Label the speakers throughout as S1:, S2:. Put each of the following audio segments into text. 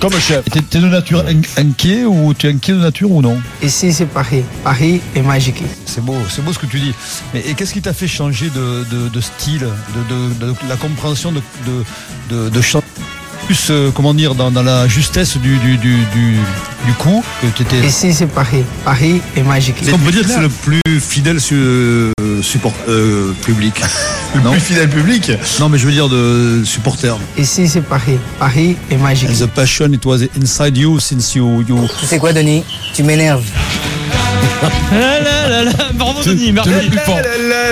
S1: Comme chef.
S2: T'es t'es de nature in- inquiet ou t'es inquiet de nature ou non
S3: Ici, c'est Paris. Paris est magique.
S2: C'est beau, c'est beau ce que tu dis. Mais et qu'est-ce qui t'a fait changer de, de- de style, de, de- de- de la compréhension de, de, de, de chan- plus euh, comment dire dans, dans la justesse du du du du, du coup que t'étais.
S3: Ici, c'est Paris. Paris est magique.
S1: Est-ce qu'on peut dire que c'est le plus fidèle su- support euh, public
S2: Non.
S1: Le plus fidèle public Non, mais je veux dire de supporter.
S3: Ici, c'est Paris. Paris est magique.
S1: And the passion it was inside you since you you.
S3: Tu sais quoi, Denis Tu m'énerves.
S4: Ah là là là, Bravo Denis, merci.
S5: T'es le plus fort.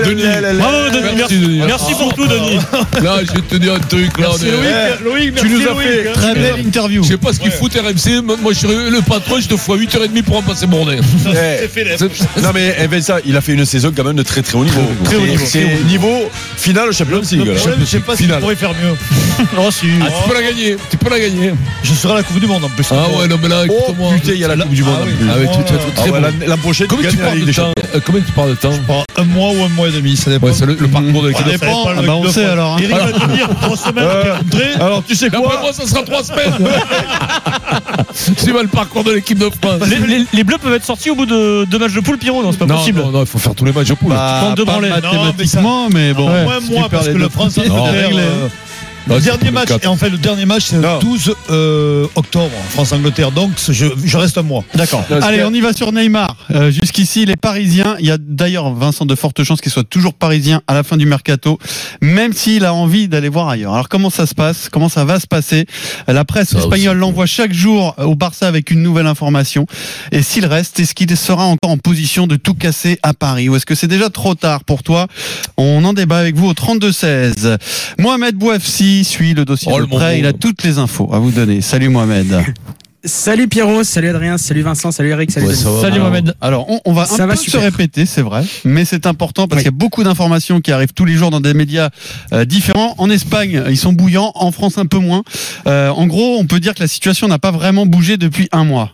S5: Denis.
S4: Bravo Denis, merci,
S5: Denis.
S4: merci pour tout Denis.
S6: Ah,
S5: Là, je vais te dire un truc. Là, on est-
S4: Loïc, Loïc, merci
S1: Tu nous as
S4: Loïc,
S1: fait
S4: hein.
S1: très belle interview.
S5: Je sais pas ce qu'il fout RMC. Moi, moi, je serais le patron, je te fous à 8h30 pour en passer mon nez.
S6: Eh, c'est- Non mais eh ben, ça, il a fait une saison quand même de très très haut niveau.
S4: Très haut
S6: C'est-
S4: niveau.
S6: C'est niveau final
S1: Le
S6: Champions League. là.
S1: problème, je sais pas si
S2: Tu
S1: pourrait
S2: pourrais faire mieux.
S4: Oh, si.
S5: Ah, tu peux la gagner. Tu peux la gagner.
S2: Je serai à la Coupe du Monde en plus.
S5: Ah ouais, non, mais là,
S6: Oh
S5: écoute-moi.
S6: putain, il y a la Coupe du Monde.
S2: Ah
S6: en
S2: oui.
S6: plus.
S5: Ah ouais, tu- tu- tu-
S6: Ah
S5: très
S6: ouais,
S5: bon.
S6: l'an- L'an prochain, tu
S5: Combien
S6: gagnes
S5: tu
S6: la
S5: parles
S6: Ligue
S5: de
S6: des
S5: temps
S6: Champions.
S5: Euh, Combien tu parles de temps
S2: Bon, un mois ou un mois et demi, ça dépend.
S5: Ouais, c'est le, le parcours de l'équipe.
S2: Ça
S5: D'après
S2: dépend.
S1: pas le
S2: Ah
S6: euh,
S2: bah, on
S1: deux
S2: sait
S1: fois.
S2: alors. hein.
S4: Eric va te dire, trois semaines,
S1: Euh,
S4: André,
S1: Alors tu sais quoi
S5: moi, ça sera trois semaines. Tu vas le parcours de l'équipe de France.
S4: les, les- les bleus peuvent être sortis au bout de deux matchs de poule, Pierrot, non, c'est pas
S5: non,
S4: possible.
S5: non, non, il faut faire tous les matchs au poule.
S1: Bah,
S4: prends deux
S1: pas
S4: branlées.
S1: Mathématiquement, mais bon.
S2: Ouais,
S1: Si
S2: moins
S1: tu
S2: moi,
S1: perds
S2: parce
S1: les
S2: que
S1: deux
S2: le France a
S5: Non.
S2: réglé.
S7: Bah,
S5: Non,
S2: Le
S5: c'est
S2: dernier
S5: pour
S2: match,
S5: quatre.
S2: et en fait, le dernier match, c'est
S1: Non.
S2: le 12 euh, octobre, France-Angleterre. Donc, je, je reste un mois. D'accord.
S7: Allez, on y va sur Neymar. Euh, Jusqu'ici, les Parisiens. Il y a d'ailleurs, Vincent, de fortes chances qu'il soit toujours parisien à la fin du mercato, même s'il a envie d'aller voir ailleurs. Alors, comment ça se passe Comment ça va se passer La presse
S5: Ça
S7: espagnole
S5: aussi.
S7: l'envoie chaque jour au Barça avec une nouvelle information. Et s'il reste, est-ce qu'il sera encore en position de tout casser à Paris Ou est-ce que c'est déjà trop tard pour toi On en débat avec vous au 32-16. Mohamed Bouafsi suit le dossier
S5: Oh,
S7: de
S5: le
S7: près.
S5: Mongo.
S7: Il a toutes les infos à vous donner. Salut, Mohamed.
S8: Salut Pierrot, salut Adrien, salut Vincent, salut Eric, salut Denis.
S4: Salut
S7: Alors,
S4: Mohamed.
S7: Alors, on, on va
S8: Ça
S7: un
S8: va
S7: peu
S8: super.
S7: se répéter, c'est vrai, mais c'est important parce qu'il y a beaucoup d'informations qui arrivent tous les jours dans des médias euh, différents. En Espagne, ils sont bouillants, en France un peu moins. Euh, en gros, on peut dire que la situation n'a pas vraiment bougé depuis un mois.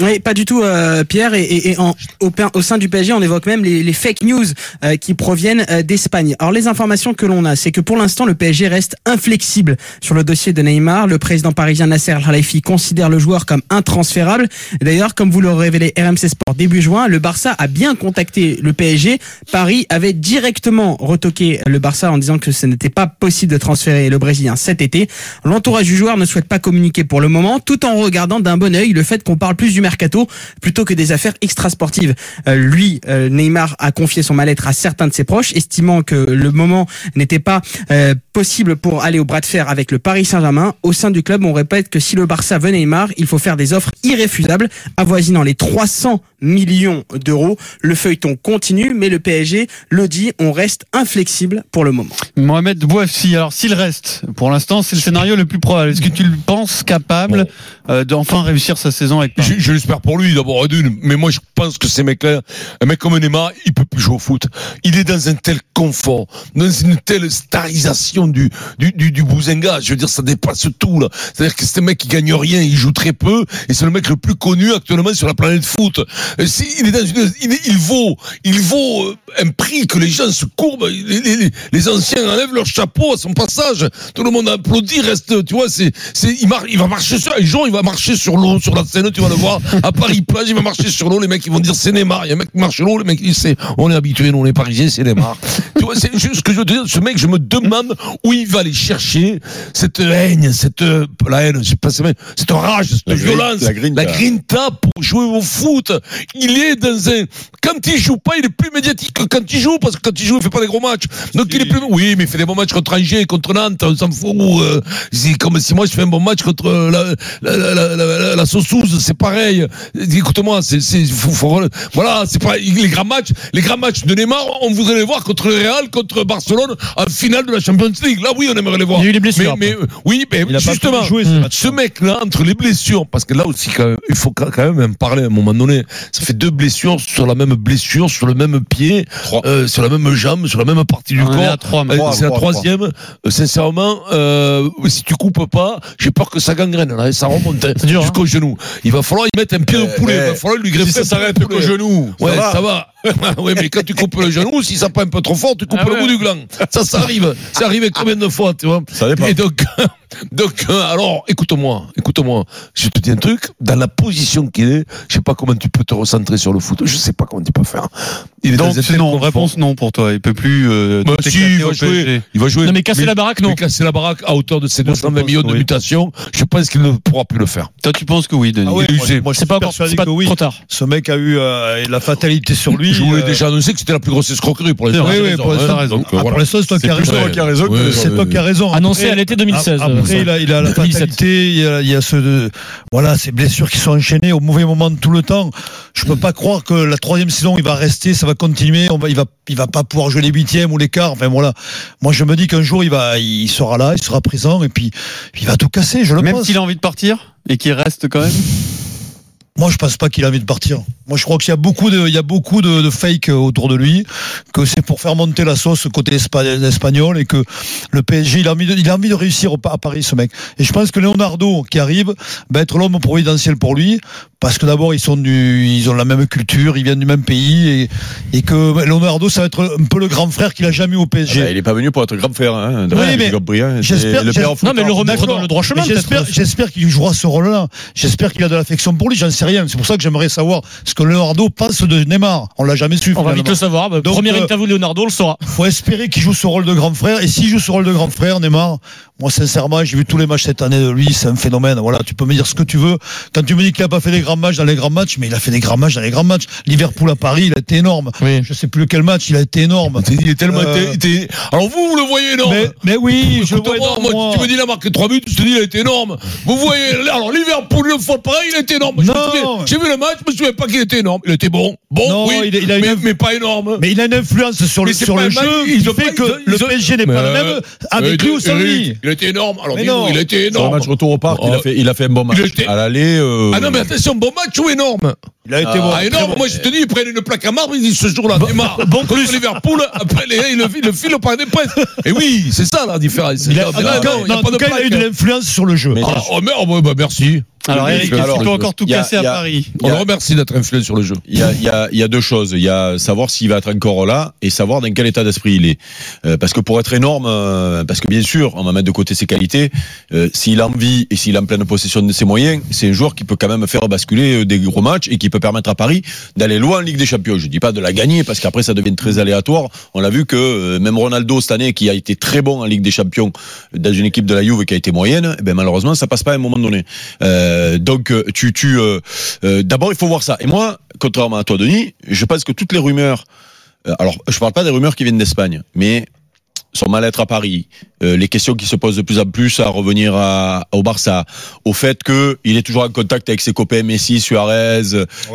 S8: Oui, pas du tout, euh, Pierre. Et, et- et en- au, pain- au sein du PSG, on évoque même les, les fake news euh, qui proviennent euh, d'Espagne. Alors, les informations que l'on a, c'est que pour l'instant, le PSG reste inflexible sur le dossier de Neymar. Le président parisien Nasser Al-Khelaifi considère le joueur comme intransférable. D'ailleurs, comme vous le révélez RMC Sport début juin, le Barça a bien contacté le PSG. Paris avait directement retoqué le Barça en disant que ce n'était pas possible de transférer le Brésilien cet été. L'entourage du joueur ne souhaite pas communiquer pour le moment, tout en regardant d'un bon œil le fait qu'on parle plus du mercato plutôt que des affaires extrasportives. Euh, lui, euh, Neymar, a confié son mal-être à certains de ses proches, estimant que le moment n'était pas euh, possible pour aller au bras de fer avec le Paris Saint-Germain. Au sein du club, on répète que si le Barça veut Neymar, il faut faire des offres irréfusables, avoisinant les 300 millions d'euros. Le feuilleton continue, mais le PSG le dit, on reste inflexible pour le moment.
S7: Mohamed Bouafsi, alors s'il reste, pour l'instant, c'est le scénario le plus probable. Est-ce que tu le penses capable euh, d'enfin réussir sa saison avec Paris
S5: Je, je l'espère pour lui d'abord d'une, mais moi je pense que ces mecs-là, un mec comme Neymar, il peut plus jouer au foot. Il est dans un tel confort, dans une telle starisation du du du, du Bouzenga. Je veux dire, ça dépasse tout là. C'est-à-dire que c'est un mec qui gagne rien, il joue très peu, et c'est le mec le plus connu actuellement sur la planète foot. Euh, si- il est dans une, il, est- il vaut, il vaut euh, un prix que les gens se courbent. Les, les- les- les anciens enlèvent leur chapeau à son passage. Tout le monde applaudit, reste, tu vois, c'est, c'est, il, mar- il va marcher sur, un jour, il va marcher sur l'eau, sur la scène, tu vas le voir. À Paris plage, il va marcher sur l'eau, les mecs, ils vont dire c'est Neymar. Il y a un mec qui marche sur l'eau, les mecs, ils c'est, on est habitué, nous, on est parisiens, c'est Neymar. tu vois, c'est juste ce que je veux te dire. Ce mec, je me demande où il va aller chercher cette haine, cette, euh, la haine, je sais pas, c'est- cette rage, cette
S6: La grin-
S5: violence,
S6: la grinta.
S5: la grinta pour jouer au foot. Il est dans un, quand il joue pas, il est plus médiatique que quand il joue, parce que quand il joue, il fait pas des gros matchs. Donc il est plus, oui, mais il fait des bons matchs contre Angers, contre Nantes, on s'en fout. ou, euh, c'est comme si moi je fais un bon match contre euh, la, la, la, la, la- la Sosouze, c'est pareil. Écoute-moi, c'est, c'est, faut- faut- voilà, c'est pas, les grands matchs, les grands matchs de Neymar, on voudrait les voir contre le Real, contre Barcelone, en finale de la Champions League. Là, oui, on aimerait les voir.
S2: Il y a eu les blessures,
S5: Mais, mais, oui, mais
S2: Il a pas
S5: justement,
S2: pu jouer ce match.
S5: ce mec-là, entre les blessures, parce que là aussi, quand même, il faut quand quand même en parler à un moment donné. Ça fait deux blessures sur la même blessure, sur le même pied, euh, sur la même jambe, sur la même partie du
S7: On en est à
S5: corps.
S7: trois,
S5: Euh,
S7: maintenant.
S5: C'est la troisième. Euh, Sincèrement, euh, si tu coupes pas, j'ai peur que ça gangrène. Là, et ça remonte hein,
S4: dur,
S5: jusqu'au genou. Il va falloir y mettre un pied de poulet.
S6: eh,
S5: il va falloir lui greffer.
S1: si ça
S5: un pied de
S1: s'arrête
S5: poulet.
S1: genou.
S5: Ouais,
S6: ça va.
S5: ça va. oui, mais quand tu coupes le genou, si ça pas un peu trop fort, tu coupes
S4: Ah
S5: le
S4: ouais.
S5: bout du gland. Ça, ça arrive. Ça arrive combien de fois, tu vois
S6: Ça dépend.
S5: Et donc, donc euh, alors, écoute-moi, écoute-moi. Je te dis un truc, dans la position qu'il est, je sais pas comment tu peux te recentrer sur le foot, je sais pas comment tu peux faire. Il est
S7: Donc,
S5: dans un
S7: c'est
S5: tel
S7: non,
S5: confort.
S7: réponse non pour toi. Il peut plus. euh,
S5: Bah,
S7: t'éclater
S5: si, il
S7: au
S5: va
S7: PSG.
S5: jouer. Il va jouer.
S4: Non, mais casser la baraque, non.
S5: mais casser la baraque à hauteur de ses
S7: Moi, je
S5: 220
S7: pense,
S5: millions de
S7: oui.
S5: mutations, je pense qu'il ne pourra plus le faire.
S7: Toi, tu penses que oui, Denis
S5: oui,
S1: moi,
S5: usé.
S1: moi, je
S4: C'est
S1: suis
S4: pas encore
S1: persuadé
S4: c'est pas
S1: que oui.
S4: trop tard.
S1: Ce mec a eu euh, la fatalité sur lui.
S5: je vous l'ai
S1: euh,
S5: déjà annoncé que c'était la plus grosse escroquerie pour les
S7: C'est vrai,
S5: Français,
S7: oui, pour les
S5: hein.
S7: Français.
S5: Donc,
S1: ah,
S5: voilà.
S1: Pour l'instant, c'est toi qui as
S5: C'est
S1: raison.
S5: plus toi qui as raison que-
S1: Ouais, C'est toi qui as raison.
S7: Ah
S4: Annoncé
S1: Après-
S4: à l'été 2016.
S1: Après,
S4: euh, ça.
S1: il, a, il a la
S4: 2017.
S1: fatalité, il y a, il y a ce, de- voilà, ces blessures qui sont enchaînées au mauvais moment de tout le temps. Je peux pas croire que la troisième saison, il va rester, ça va continuer, on va, il va, il va pas pouvoir jouer les huitièmes ou les quarts. Enfin voilà. Moi, je me dis qu'un jour, il va, il sera là, il sera présent et puis il va tout casser. Je le
S7: Même
S1: pense.
S7: s'il a envie de partir et qu'il reste quand même.
S1: Moi, je pense pas qu'il a envie de partir. Moi, je crois qu'il y a beaucoup de, il y a beaucoup de, de fake autour de lui, que c'est pour faire monter la sauce côté espa- espagnol et que le PSG, il a envie de, il a envie de réussir au- à Paris, ce mec. Et je pense que Leonardo, qui arrive, va être l'homme providentiel pour lui, parce que d'abord, ils sont du, ils ont la même culture, ils viennent du même pays et, et que Leonardo, ça va être un peu le grand frère qu'il a jamais eu au
S5: bah,
S1: PSG.
S5: ben,
S6: Ah, il est pas venu pour être grand frère. Hein, de
S1: Oui,
S6: vrai,
S1: mais
S6: Hugo Briand, c'est
S1: j'espère-
S6: le père
S1: j'espère-
S6: au foot.
S4: Non, mais le remettre dans le droit chemin.
S1: hein. Mais J'espère,
S4: peut-être.
S1: j'espère qu'il jouera ce rôle-là. J'espère qu'il a de l'affection pour lui. J'en sais rien. C'est pour ça que j'aimerais savoir ce que Leonardo pense de Neymar. On l'a jamais su.
S4: On va
S1: finalement.
S4: vite le savoir. Bah,
S1: Donc,
S4: Première
S1: euh,
S4: interview de Leonardo, on le saura.
S1: Faut espérer qu'il joue ce rôle de grand frère. Et s'il joue ce rôle de grand frère, Neymar, moi sincèrement, j'ai vu tous les matchs cette année de lui. C'est un phénomène. Voilà, tu peux me dire ce que tu veux. Quand tu me dis qu'il a pas fait des grands matchs dans les grands matchs, mais il a fait des grands matchs dans les grands matchs. Liverpool à Paris, il a été énorme.
S4: Oui.
S1: Je sais plus lequel match, il a été énorme.
S5: Il est tellement.
S1: Euh,
S5: t'es- t'es- Alors vous, vous le voyez énorme.
S1: Mais, mais oui, je vois
S5: Écoute-moi,
S1: énorme,
S5: moi,
S1: moi.
S5: tu me dis, il a marqué 3 buts, je te dis, il a été énorme. Vous voyez, alors Liverpool, le fois pareil, il a été énorme. Je me
S1: Non.
S5: souviens- J'ai vu le match, je me souviens pas qu'il était énorme. Il était bon.
S4: oh
S5: Bon,
S1: Non,
S5: oui,
S1: il a- il a
S5: mais,
S1: une-
S5: mais pas énorme.
S1: Mais il a une influence sur
S5: Mais
S1: le,
S5: c'est
S1: sur
S5: pas
S1: le
S5: mal,
S1: jeu
S5: ils
S1: qui
S5: ont pas-
S1: fait
S5: ils ont-
S1: que le
S5: ils ont-
S1: PSG n'est pas
S5: Mais
S1: le
S5: euh,
S1: même avec
S5: Euh,
S1: lui ou sans
S5: Eric,
S1: lui.
S5: Il était énorme. Alors,
S1: Mais
S5: dis-nous,
S1: non.
S5: il était
S6: Sur le
S5: énorme.
S6: match retour au parc, il, a fait, il a fait un bon match.
S5: Il était-
S6: À l'aller. euh,
S5: Ah non, mais attention, bon match ou énorme
S1: Il a été
S6: Ah,
S1: bon.
S5: Ah, énorme, moi je te dis, ils prennent une plaque à marbre, ils disent ce jour-là, Neymar, bon contre Liverpool, après les, ils le, ils le filent au Parc des Princes. Et oui, c'est ça la différence.
S1: Il a, en
S5: Ah, non,
S1: tout cas,
S5: non, il y a
S1: en
S5: pas
S1: tout
S5: de
S1: cas, il a eu de
S5: plaque.
S1: l'influence sur le jeu.
S6: Mais-
S5: Ah, oh, merde, ouais, bah, merci.
S7: Alors, Eric,
S6: Alors,
S7: est-ce qu'il peut
S6: je-
S7: encore tout
S6: il y a-
S7: casser à
S6: il y a-
S7: Paris
S5: On le remercie d'être influent sur le jeu.
S6: Il y, a, il, y a, il y a deux choses. Il y a savoir s'il va être encore là et savoir dans quel état d'esprit il est. Euh, parce que pour être énorme, euh, parce que bien sûr, on va mettre de côté ses qualités. euh, s'il a envie et s'il est en pleine possession de ses moyens, c'est un joueur qui peut quand même faire basculer euh, des gros matchs et qui peut permettre à Paris d'aller loin en Ligue des Champions. Je dis pas de la gagner parce qu'après ça devient très aléatoire. On l'a vu que euh, même Ronaldo cette année, qui a été très bon en Ligue des Champions euh, dans une équipe de la Juve qui a été moyenne, eh ben malheureusement ça passe pas à un moment donné. Euh, donc euh, tu tu euh, euh, d'abord, il faut voir ça. Et moi, contrairement à toi, Denis, je pense que toutes les rumeurs, euh, alors je parle pas des rumeurs qui viennent d'Espagne, mais son mal-être à Paris, euh, les questions qui se posent de plus en plus à revenir à, au Barça, au fait que il est toujours en contact avec ses copains Messi, Suarez,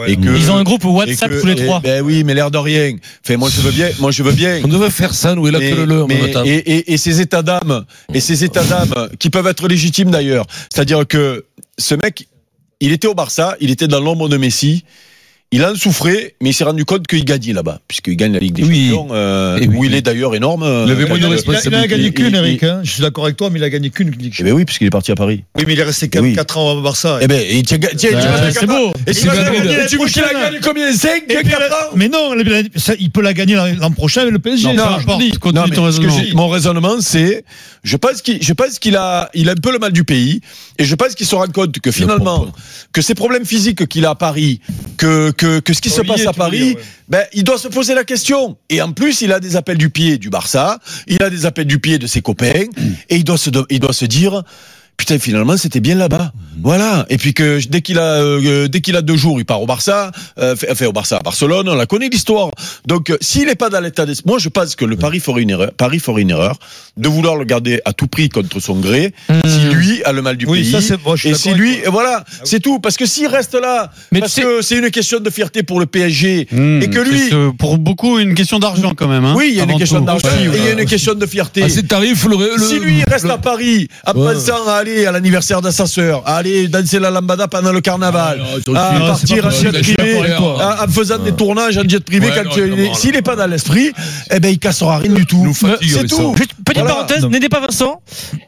S6: et que
S4: Ils ont un groupe
S6: et
S4: WhatsApp
S6: que-
S4: tous les
S6: et-
S4: trois.
S6: Ben oui, mais l'air de rien. Enfin, moi je veux bien, moi je veux bien
S5: On devait faire ça, nous, et là, que le leur,
S6: mais-
S5: maintenant.
S6: et, et- et ces états d'âme, et ces états d'âme qui peuvent être légitimes d'ailleurs. C'est-à-dire que ce mec, il était au Barça, il était dans l'ombre de Messi. Il en souffrait, mais il s'est rendu compte qu'il gagnait là-bas, puisqu'il gagne la Ligue des
S5: Oui.
S6: Champions, euh,
S5: Et oui.
S6: où il est d'ailleurs énorme.
S5: Il avait moins de
S1: Il a- il, a, il a
S5: responsabilité.
S1: gagné qu'une,
S6: Il-
S1: Eric.
S6: il-
S1: hein. Je suis d'accord avec toi, mais il a gagné qu'une Ligue des
S6: Eh
S1: Champions.
S6: ben oui, puisqu'il est parti à Paris.
S1: Oui, mais il est resté
S6: Oui.
S1: 4 ans au Barça.
S6: Eh ben, et tiens, tiens,
S4: Euh,
S6: tu vas-
S4: C'est beau.
S6: et tu
S1: il
S6: vas-
S1: va
S6: et
S1: gagner
S6: tu vois qu'il a
S1: prochaine.
S6: gagné combien 5
S1: Et puis, la- Mais non, la- la- ça, il peut la gagner l'an l'an prochain avec le PSG.
S6: Non,
S1: ça,
S6: non,
S1: je te dis.
S7: Continue
S6: Non, mais
S7: ton
S6: ce que
S7: raisonnement.
S6: j'ai- mon raisonnement, c'est, je pense qu'il, je pense qu'il a, il a un peu le mal du pays, et je pense qu'il se rend compte que finalement, que ces problèmes physiques qu'il a à Paris, que, que, que ce qui se passe à Paris, ben, il doit se poser la question. Et en plus, il a des appels du pied du Barça, il a des appels du pied de ses copains, et il doit se, do- il doit se dire, Putain, finalement, c'était bien là-bas. Voilà. Et puis que dès qu'il a, euh, dès qu'il a deux jours, il part au Barça, euh, fait- enfin au Barça, à Barcelone. On la connaît l'histoire. Donc, euh, s'il n'est pas dans l'état d'esprit, moi, je pense que le Paris ferait une erreur. Paris ferait une erreur de vouloir le garder à tout prix contre son gré. Si lui a le mal du
S1: Oui,
S6: pays.
S1: ça, c'est- moi, je suis
S6: et
S1: d'accord
S6: si
S1: avec
S6: lui,
S1: toi.
S6: et voilà, c'est tout. Parce que s'il reste là,
S4: Mais
S6: parce
S4: tu sais-
S6: que c'est une question de fierté pour le PSG
S7: Hmm,
S6: et que
S7: c'est,
S6: lui.
S7: euh, pour beaucoup, une question d'argent quand même. hein,
S6: Oui, il y a une
S7: avant
S6: question
S7: tout.
S6: d'argent,
S7: Ouais,
S6: et il y a
S7: ouais.
S6: une question de fierté.
S5: Ah, c'est tarif, le, le-
S6: Si lui il reste à Paris en
S5: Ouais.
S6: pensant à aller à l'anniversaire de sa sœur, à aller danser la lambada pendant le carnaval,
S5: Ah, non,
S6: à
S5: c'est-
S6: partir en
S5: c'est
S6: jet
S5: pas possible. Je suis
S6: privé,
S5: d'accord avec toi.
S6: à- en faisant des tournages en jet privé,
S5: Ouais,
S6: quand
S5: non,
S6: il est-
S5: non, non,
S6: s'il
S5: non.
S6: n'est pas dans l'esprit, eh ben il cassera rien du tout.
S5: nous fatigue
S6: C'est
S5: avec ça.
S6: tout.
S4: Juste petite Petite
S5: Voilà.
S4: parenthèse,
S2: Non.
S4: n'aidez pas Vincent.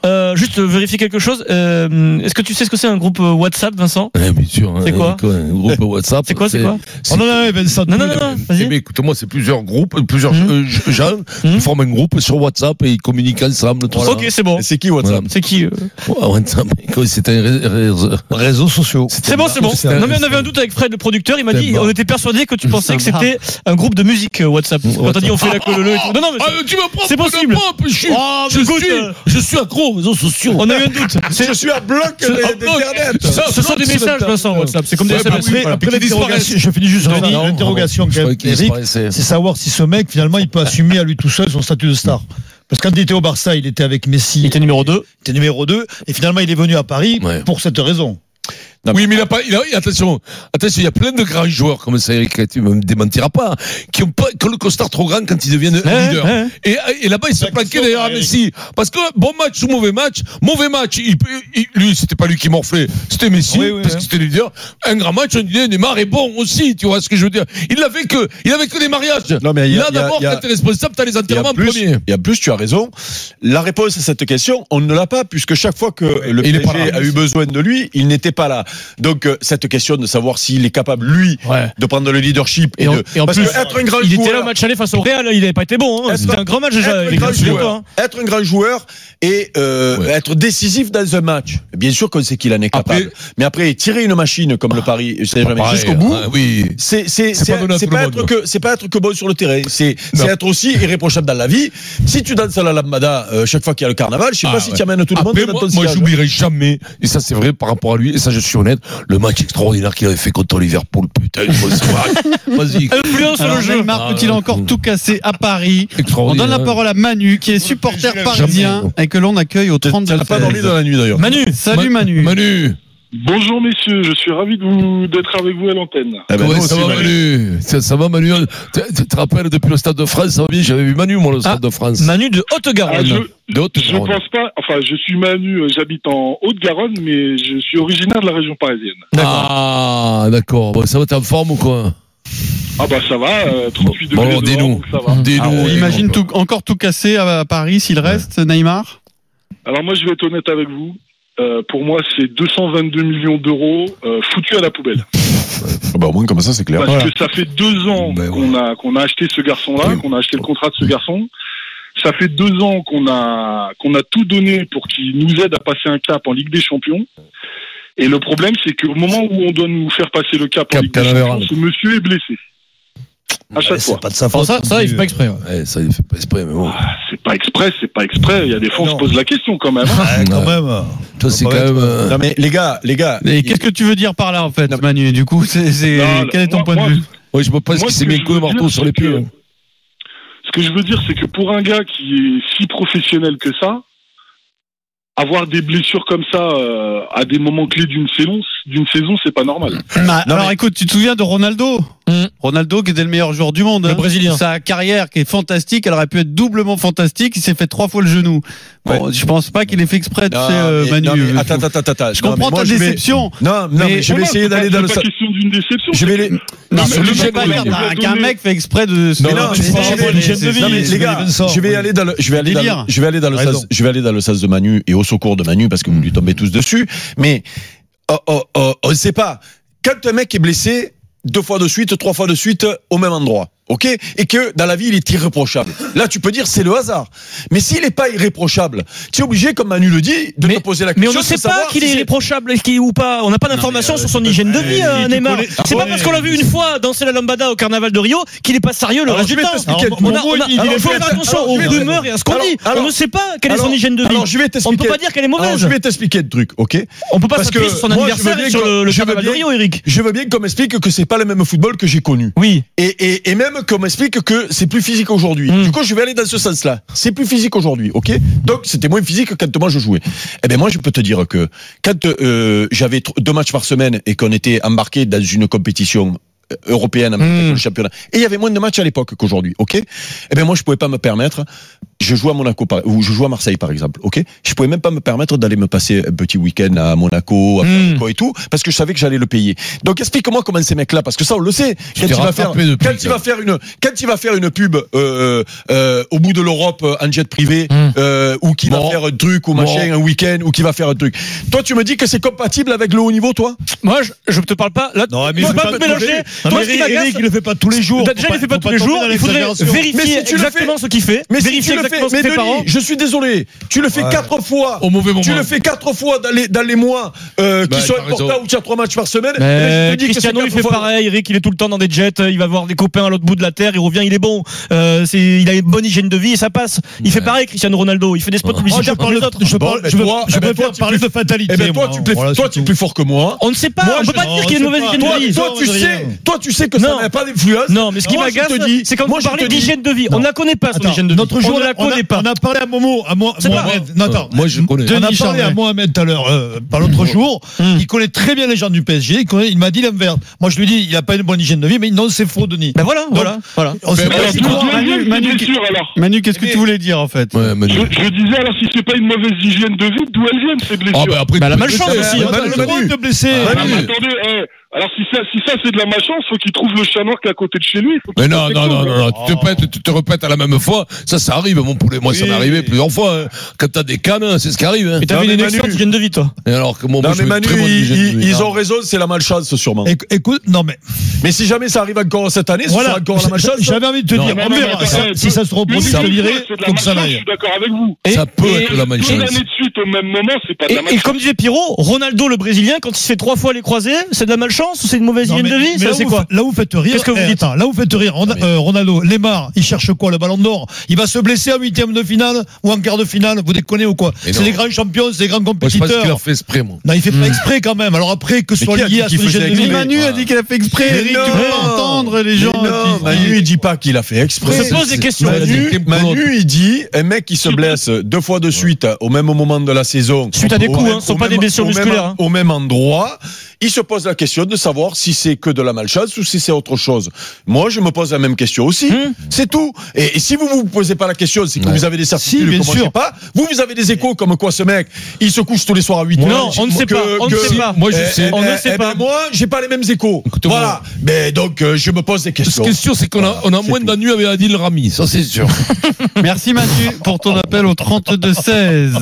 S4: Euh, juste euh, vérifier quelque chose. Euh, Est-ce que tu sais ce que c'est un groupe euh, WhatsApp, Vincent
S5: Ouais, bien sûr. hein,
S4: C'est quoi
S5: Un groupe WhatsApp.
S4: C'est quoi, c'est quoi
S1: Oh,
S5: c'est-
S2: non, non, ben, ça-
S4: Non, non, non, non,
S5: Eh bien,
S4: hein, vas-y.
S5: écoute-moi, c'est plusieurs groupes, plusieurs
S4: Mhm.
S5: euh, g- gens
S4: Mhm.
S5: qui forment un groupe sur WhatsApp et ils communiquent ensemble. tout ça.
S4: Ok, c'est bon.
S6: Et C'est qui WhatsApp
S4: C'est qui euh
S5: Ouais, WhatsApp, c'est un ré- ré-
S2: Réseaux sociaux.
S4: C'est bon, c'est bon.
S5: C'est un-
S4: Non, mais on avait un doute avec Fred, le producteur. Il m'a
S5: C'est
S4: dit,
S5: un
S4: on était persuadé que tu pensais que c'était un groupe de musique euh, WhatsApp. Quand t'as dit on fait la queue le le et tout. Non, non, mais
S5: Ah, tu me prends
S4: C'est
S5: pour le
S4: possible.
S5: pape, je suis,
S4: Oh,
S5: je,
S4: mais écoute,
S5: suis
S4: euh,
S5: je suis accro aux réseaux sociaux.
S4: on a eu un doute.
S5: Ah,
S6: Je suis à bloc
S4: Ce-
S6: des-
S4: ah,
S6: des
S4: non,
S6: internets.
S5: Ça,
S4: Ce sont des
S5: c'est
S4: messages,
S5: le-
S4: Vincent, WhatsApp. C'est comme des
S5: Ouais, bah
S4: SMS.
S5: oui,
S4: Voilà.
S5: voilà. Après,
S1: L'interrogation- Je finis juste Denis,
S5: non,
S1: l'interrogation
S5: je
S1: quand
S5: croyais
S1: même,
S5: qu'il
S1: Eric,
S5: disparaissait.
S1: c'est savoir si ce mec finalement il peut assumer à lui tout seul son statut de star. Parce que quand il était au Barça, il était avec Messi,
S4: Il était numéro 2.
S1: il était numéro 2, et finalement il est venu à Paris
S5: Ouais.
S1: pour cette raison.
S5: Oui, mais il a pas. Il a, attention, attention, il y a plein de grands joueurs comme ça, Eric, tu me démentiras pas, hein, qui ont pas qui ont le costard trop grand quand ils
S1: Eh,
S5: deviennent leaders. Et, et là-bas, il se plaquait derrière Messi. Parce que bon match ou mauvais match, mauvais match, il, il- lui, c'était pas lui qui morflait, c'était Messi,
S1: Oui, oui,
S5: parce que
S1: oui.
S5: c'était leader. Un grand match, on disait Neymar est bon aussi, tu vois ce que je veux dire. Il avait que, il avait que des mariages.
S6: Non, mais il y a-
S5: là,
S6: il y a-
S5: d'abord,
S6: il y a-
S5: quand t'es responsable, t'as les
S6: Et
S5: enterrements
S6: en,
S5: en
S6: plus,
S5: premier.
S6: et en plus, tu as raison. La réponse à cette question, on ne l'a pas, puisque chaque fois que le
S5: il est
S6: PSG
S5: pas là.
S6: a eu besoin de lui, il n'était pas là. Donc, euh, cette question de savoir s'il est capable, lui,
S4: Ouais.
S6: de prendre le leadership et,
S4: Et en-
S6: de.
S4: et en
S6: parce
S4: plus,
S6: que être un grand
S4: Il était là
S6: joueur.
S4: au match aller face au Real, il avait pas été bon. hein.
S6: Est-ce
S4: C'était
S6: pas-
S4: un grand match déjà.
S6: être,
S4: les
S6: un
S4: gars,
S6: grand
S4: je suis
S6: joueur,
S4: d'accord, hein.
S6: être un grand joueur et euh,
S5: Ouais.
S6: être décisif dans un match. Bien sûr qu'on sait qu'il en est capable.
S5: Après-
S6: mais après, tirer une machine comme
S4: Ah.
S6: le Paris, c'est jamais
S5: Pareil,
S6: jusqu'au bout.
S5: hein, oui.
S6: C'est c'est
S5: C'est
S6: c'est
S5: pas donné à
S6: c'est
S5: tout le
S6: pas
S5: monde.
S6: être que c'est pas être que bon sur le terrain. C'est
S5: Non.
S6: c'est être aussi irréprochable dans la vie. Si tu danses à la lambada euh, chaque fois qu'il y a le carnaval, je sais
S5: Ah
S6: pas si
S5: ouais.
S6: tu amènes tout le monde
S5: Après,
S6: dans
S5: moi,
S6: ton
S5: moi,
S6: sillage.
S5: j'oublierai jamais, et ça c'est vrai par rapport à lui, et ça je suis honnête, le match extraordinaire qu'il avait fait contre Liverpool, putain, il faut le savoir. Vas-y,
S4: Influence sur
S7: Alors,
S4: le jeu.
S7: Neymar
S5: Ah, hein.
S7: peut-il
S5: ouais.
S7: encore tout casser à Paris On
S5: extraordinaire.
S7: donne la parole à Manu, qui est supporter parisien et que l'on accueille au 30
S6: T'as pas dormi dans la nuit d'ailleurs.
S4: Manu,
S7: Salut Manu.
S5: Manu,
S9: Bonjour messieurs, je suis ravi de vous- d'être avec vous à l'antenne.
S6: Ah ben,
S5: comment
S6: nous
S5: ça
S6: aussi,
S5: va
S6: Manu.
S5: Manu ça, ça va Manu Tu tu te rappelles depuis le Stade de France, ça va bien j'avais vu Manu moi le Stade
S4: Ah,
S5: de France.
S4: Manu de
S9: Ah,
S4: Haute-Garonne.
S9: je, je pense pas, enfin je suis Manu, euh, j'habite en Haute-Garonne, mais je suis originaire de la région parisienne.
S5: Ah d'accord, bon, ça va t'es en forme ou quoi
S9: Ah bah ça va, euh, 38
S5: Bon,
S9: degrés dehors,
S5: dis-nous.
S9: donc ça va.
S5: Dis-nous,
S7: Alors,
S5: dis-nous.
S7: imagine tout, encore tout casser à à Paris s'il reste, Neymar
S9: Alors moi je vais être honnête avec vous, Euh, pour moi c'est 222 millions d'euros euh, foutus à la poubelle.
S6: Ah bah, au moins comme ça c'est clair.
S9: Parce que ça fait deux ans
S5: Ben
S9: qu'on a qu'on a acheté ce garçon-là, qu'on a acheté le contrat de ce garçon. Ça fait deux ans qu'on a qu'on a tout donné pour qu'il nous aide à passer un cap en Ligue des Champions. Et le problème, c'est qu'au moment où on doit nous faire passer le cap,
S5: Cap
S9: en Ligue des
S5: Canaveral.
S9: Champions, ce monsieur est blessé. À chaque fois.
S1: Pas de sa
S4: Alors
S1: faute.
S4: ça, ça, il fait pas exprès. ouais.
S5: Ouais, ça il fait pas exprès mais bon.
S6: Ah.
S9: C'est pas exprès, c'est pas exprès. Il y a des fois, on
S1: Non.
S9: se pose la question quand même. hein.
S1: Ouais, quand
S5: Ouais.
S1: même.
S5: Toi c'est
S1: On
S5: quand
S1: va
S5: même... euh,
S6: Non mais les gars, les gars.
S7: Et
S6: il-
S7: qu'est-ce que tu veux dire par là, en fait, Manu Du coup, c'est c'est-
S9: Non,
S7: quel est ton
S9: moi-
S7: point
S9: moi,
S7: de vue
S5: Ouais, je me pense
S9: Moi,
S5: qu'il
S9: ce
S5: s'est
S9: que
S5: mis
S9: je
S5: le coup de
S9: veux dire,
S5: marteau sur les
S9: c'est
S5: pieds.
S9: que- Ce que je veux dire, c'est que pour un gars qui est si professionnel que ça, avoir des blessures comme ça euh, à des moments clés d'une saison, d'une saison, c'est pas normal.
S7: Bah,
S6: Non,
S7: Alors
S6: mais- Hmm.
S7: écoute, tu te souviens de Ronaldo
S4: Mm.
S7: Ronaldo qui était le meilleur joueur du monde.
S4: Le
S7: hein.
S4: Brésilien.
S7: Sa carrière qui est fantastique, elle aurait pu être doublement fantastique, il s'est fait trois fois le genou. Bon, je pense pas qu'il ait fait exprès, tu
S6: Non,
S7: sais, euh,
S6: mais-
S7: Manu.
S6: non, mais
S7: euh,
S6: attends, attends, attends, attends.
S7: je
S6: Non, mais
S7: comprends
S6: moi,
S7: ta
S6: je vais-
S7: déception.
S6: Non, non, mais je vais
S9: Voilà,
S6: essayer
S9: c'est
S6: d'aller
S9: pas-
S6: dans le.
S9: C'est
S6: sa-
S9: pas question d'une déception.
S6: Je vais les.
S7: Non,
S9: Non,
S7: mais
S9: mais
S7: le
S9: le
S7: mec
S9: mec,
S7: pas
S9: il a
S7: dire
S9: donné-
S7: qu'un mec fait exprès de se
S6: Non,
S7: faire
S6: non,
S7: passer
S6: je
S7: pour
S6: vais-
S7: un
S6: je vais-
S7: c'est-
S6: je vais-
S7: c'est-
S6: non, mais les gars, je vais aller dans le, je vais aller dans,
S7: Délire.
S6: le- je vais aller dans le
S1: Raison.
S6: sens, je vais aller dans le sens de Manu et au secours de Manu parce que vous lui tombez tous dessus. Mais oh, oh, oh, on ne sait pas quand un mec est blessé deux fois de suite, trois fois de suite au même endroit. OK Et que dans la vie, il est irréprochable. Là, tu peux dire c'est le hasard. Mais s'il n'est pas irréprochable, tu es obligé comme Manu le dit de
S4: Mais-
S6: te poser la
S4: Mais
S6: question
S4: on ne sait
S6: de
S4: pas
S6: savoir
S4: qu'il
S6: si
S4: est
S6: c'est-
S4: irréprochable qu'il est ou pas. On n'a pas d'informations sur son hygiène de vie, euh, Neymar. C'est pas parce qu'on l'a vu une fois danser la lambada au carnaval de Rio qu'il est pas sérieux le
S6: Alors, je vais
S4: résultat.
S6: t'expliquer.
S4: Alors, on a-
S6: Mon
S4: on a-
S6: mot, il- il
S4: alors,
S6: est
S4: Il faut
S6: fait.
S4: faire attention
S6: Alors,
S4: aux
S6: je vais-
S4: rumeurs et à ce qu'on
S6: Alors,
S4: dit. On
S6: alors-
S4: ne sait pas quelle est son hygiène de vie.
S6: Alors, je vais
S4: On ne
S6: t'expliquer.
S4: peut pas dire qu'elle est
S6: Alors,
S4: mauvaise.
S6: je vais t'expliquer le truc, OK
S4: On peut pas
S6: parce
S4: s'appuyer
S6: que
S4: sur son
S6: moi, je veux
S4: anniversaire
S6: bien
S4: et sur
S6: que-
S4: le le
S6: je veux
S4: carnaval de
S6: bien-
S4: Rio, Eric.
S6: Je veux bien qu'on m'explique que c'est pas le même football que j'ai connu.
S4: Oui.
S6: Et, et, et même qu'on m'explique que c'est plus physique aujourd'hui.
S4: Mm.
S6: Du coup, je vais aller dans ce sens-là. C'est plus physique aujourd'hui, ok Donc, c'était moins physique que quand moi je jouais. Eh ben moi, je peux te dire que quand euh, j'avais tr- deux matchs par semaine et qu'on était embarqué dans une compétition euh, européenne, en même temps que le championnat, et il y avait moins de matchs à l'époque qu'aujourd'hui, ok Eh ben moi, je pouvais pas me permettre je joue à Monaco par- ou je joue à Marseille par exemple, ok Je pouvais même pas me permettre d'aller me passer un petit week-end à Monaco, à Monaco et tout, parce que je savais que j'allais le payer. Donc explique-moi comment ces mecs-là, parce que ça on le sait. Quand il va faire,
S2: depuis,
S6: quand il va faire une, quand il va faire une pub euh, euh, au bout de l'Europe euh, en jet privé, euh, ou qui va
S5: Mort.
S6: faire un truc ou machin un week-end, ou qui va faire un truc. Toi tu me dis que c'est compatible avec le haut niveau, toi
S4: Moi, je, je te parle pas. Là,
S1: Non, mais
S4: faut
S1: il
S4: pas
S1: fait
S4: me
S1: pas tous les-
S4: mélanger.
S1: Non,
S4: Toi,
S1: mais
S4: ce qui m'agace,
S1: Eric, il le fait pas tous les jours.
S4: déjà, il
S1: Faut
S4: le fait pas
S1: faut
S4: tous les
S1: tomber
S4: jours.
S1: dans
S4: Il faudrait
S1: l'exagération.
S6: Mais si
S4: vérifier
S6: tu le
S4: exactement ce qu'il fait.
S6: Mais si
S4: vérifier
S6: tu le fais,
S4: exactement ce
S6: mais
S4: qu'il fait par an.
S6: Denis, je suis désolé, tu le fais quatre fois.
S5: Au mauvais moment.
S6: Tu le fais quatre fois dans les, dans les mois euh,
S5: Bah,
S6: qui sont
S5: t'as raison.
S6: importants où tu as trois matchs par semaine. Eh ben, je
S4: Mais
S6: te dis que
S4: Euh, Cristiano
S6: c'est
S4: il
S6: quatre
S4: fait
S6: fois.
S4: pareil, Eric il est tout le temps dans des jets, il va voir des copains à l'autre bout de la terre, il revient, il est bon, Euh, c'est- il a une bonne hygiène de vie et ça passe. Il fait pareil Cristiano Ronaldo, il fait des spots
S1: Moi, Oh, je
S4: publicitaires pour
S1: parle
S4: les
S1: de-
S4: autres.
S1: je parle-
S6: Bon, ben,
S1: je veux-
S6: toi,
S1: je
S6: eh ben,
S1: préfère
S6: toi, tu
S1: parler
S6: plais-
S1: de fatalité.
S6: Eh ben, toi,
S1: moi, hein.
S6: tu, plais-
S1: voilà,
S6: toi,
S1: c'est
S6: tu
S1: tout.
S6: plais fort que moi.
S4: On ne sait pas,
S1: Moi,
S4: on ne peut
S1: je-
S4: pas
S1: non,
S4: dire qu'il y a
S1: je
S4: une
S1: sais
S4: mauvaise
S1: pas.
S4: hygiène
S1: Toi-
S4: de vie.
S6: Toi, tu
S1: Non,
S6: sais,
S1: Adrien.
S6: toi, tu sais que
S4: Non.
S6: ça n'a pas d'influence.
S4: Non, mais ce qui
S6: Moi, je
S4: m'agace,
S6: te dis-
S4: c'est quand
S6: moi,
S4: vous
S6: je
S4: parlez
S6: te dis-
S4: d'hygiène de vie. On
S1: Non.
S4: ne la connaît pas, son
S1: Attends,
S4: hygiène de vie.
S1: notre
S4: on
S1: jour,
S4: ne la
S1: on a-
S4: connaît pas.
S1: On a parlé à Momo, à Mo-
S4: C'est pas
S1: Mohamed. Non, attends.
S5: Moi, je connais.
S1: On a
S7: Denis
S1: parlé
S7: Charvet.
S1: à Mohamed tout à l'heure, euh, par l'autre jour. Il connaît très bien les gens du PSG. Il, connaît- il m'a dit l'inverse. Moi, je lui dis, il a pas une bonne hygiène de vie, mais non, c'est faux, Denis.
S4: Ben voilà, voilà, voilà.
S1: On sait
S5: Ben,
S1: pas
S5: ben,
S1: si-
S5: écoute,
S1: Non,
S7: Manu,
S9: Manu,
S7: Manu,
S9: Manu,
S7: qui-
S9: alors.
S7: Manu, qu'est-ce que tu voulais dire en fait
S5: Ouais, mais-
S9: Je, je disais alors si c'est pas une mauvaise hygiène de vie, d'où elles viennent ces blessures
S5: Ah, bah après,
S4: Bah, la
S5: tu-
S4: malchance
S5: tu-
S4: aussi,
S5: tu-
S1: mais
S4: hein,
S5: tu-
S1: t'as le droit de te blesser.
S9: Ah, mais
S5: Manu.
S9: attendez, eh, alors si ça, si ça c'est de la malchance, faut qu'il trouve le chat noir qui est à côté de chez lui. Faut qu'il
S5: Mais non,
S9: fasse
S5: non,
S9: quelque
S5: non,
S9: chose. hein.
S5: non, non, tu te pètes, tu te repètes à la même fois. Ça, ça arrive, mon poulet. Moi, ça m'est arrivé plusieurs fois. hein. Quand t'as des cannes, hein, c'est ce qui arrive. Hein.
S4: Mais t'avais
S5: Non,
S4: une
S5: mais
S4: excellente
S5: Manu-
S4: hygiène de vie, toi.
S5: Et alors que moi,
S6: Non, mais
S5: moi, je fais une
S6: Manu,
S5: très bonne
S6: ils,
S5: hygiène de hein.
S6: ils-
S5: vie.
S6: ils ont raison, c'est la malchance, sûrement.
S1: Éc- Écoute, non, mais
S6: Mais si jamais ça arrive encore cette année, ce
S1: voilà.
S6: sera encore la hein. malchance.
S1: J'avais envie de te
S5: Non.
S1: dire,
S9: Non,
S1: on
S9: mais
S1: verra.
S9: attends,
S1: Ça-
S9: attends,
S1: Si ça se reproduit, je
S9: Une
S1: te
S9: fois,
S1: dirai.
S9: c'est de la
S1: Faut que ça
S9: malchance,
S1: n'aille.
S9: Je suis d'accord avec vous.
S5: Ça peut
S4: Et-
S5: être la
S9: Deux
S5: malchance.
S9: années de suite au même moment, c'est pas de
S4: Et,
S9: la
S4: et
S9: malchance.
S4: comme disait Pierrot, Ronaldo le Brésilien, quand il se fait trois fois les croisés, c'est de la malchance ou c'est une mauvaise
S1: Non,
S4: hygiène
S1: mais-
S4: de vie
S1: mais
S4: Ça
S1: là
S4: c'est
S1: où
S4: quoi
S1: vous- Là où vous faites rire.
S4: Qu'est-ce que vous
S1: eh,
S4: dites
S1: attends, Là où vous faites rire. Ron- euh, Ronaldo, Lemar, il cherche quoi Le ballon d'or Il va se blesser en huitième de finale ou en quart de finale Vous déconnez ou quoi
S5: Mais
S1: C'est
S5: non.
S1: des grands champions, c'est des grands
S5: Moi, je pense qu'il a
S1: compétiteurs.
S5: fait exprès, moi.
S1: Non, il fait pas exprès quand même. Alors après, que ce
S6: Mais
S1: soit
S6: qui a dit
S1: lié à
S6: qu'il
S1: son hygiène
S6: faisait
S1: de vie.
S6: exprès
S7: Manu a dit qu'elle a fait exprès.
S6: Mais
S7: Eric, tu
S6: non.
S7: peux entendre les gens.
S6: Mais non,
S7: qui-
S6: Manu, il dit pas qu'il a fait
S4: On
S6: exprès.
S4: se pose des questions.
S6: Manu,
S5: Manu-
S6: Manu, il dit un mec qui se blesse deux fois de suite euh, au même moment de la saison.
S4: Suite à des
S6: au
S4: coups,
S6: même-
S4: hein, ce sont
S6: au
S4: pas
S6: même-
S4: des blessures
S6: au même-
S4: musculaires, hein.
S6: Au même endroit, il se pose la question de savoir si c'est que de la malchance ou si c'est autre chose. Moi, je me pose la même question aussi.
S4: Hmm.
S6: C'est tout. Et, et si vous vous posez pas la question, c'est que vous avez des certitudes,
S1: Si, bien
S6: comme on
S1: sûr.
S6: sait pas. Vous, vous avez des échos comme quoi ce mec, il se couche tous les soirs à 8
S4: Non,
S6: heures.
S4: on ne sait
S6: Que-
S4: pas, on ne
S6: que-
S4: sait pas.
S5: Moi, je
S6: Eh,
S5: sais.
S6: eh,
S4: On ne
S6: eh,
S4: sait
S6: eh ben,
S4: pas.
S6: moi, j'ai pas les mêmes échos.
S5: Écoute-moi.
S6: Voilà. Mais donc, euh, je me pose des
S5: Ce
S6: questions.
S5: qui est sûr, c'est qu'on a, on a moins d'ennuis avec Adil Rami. Ça, c'est sûr.
S7: Merci Manu pour ton appel au 32-16.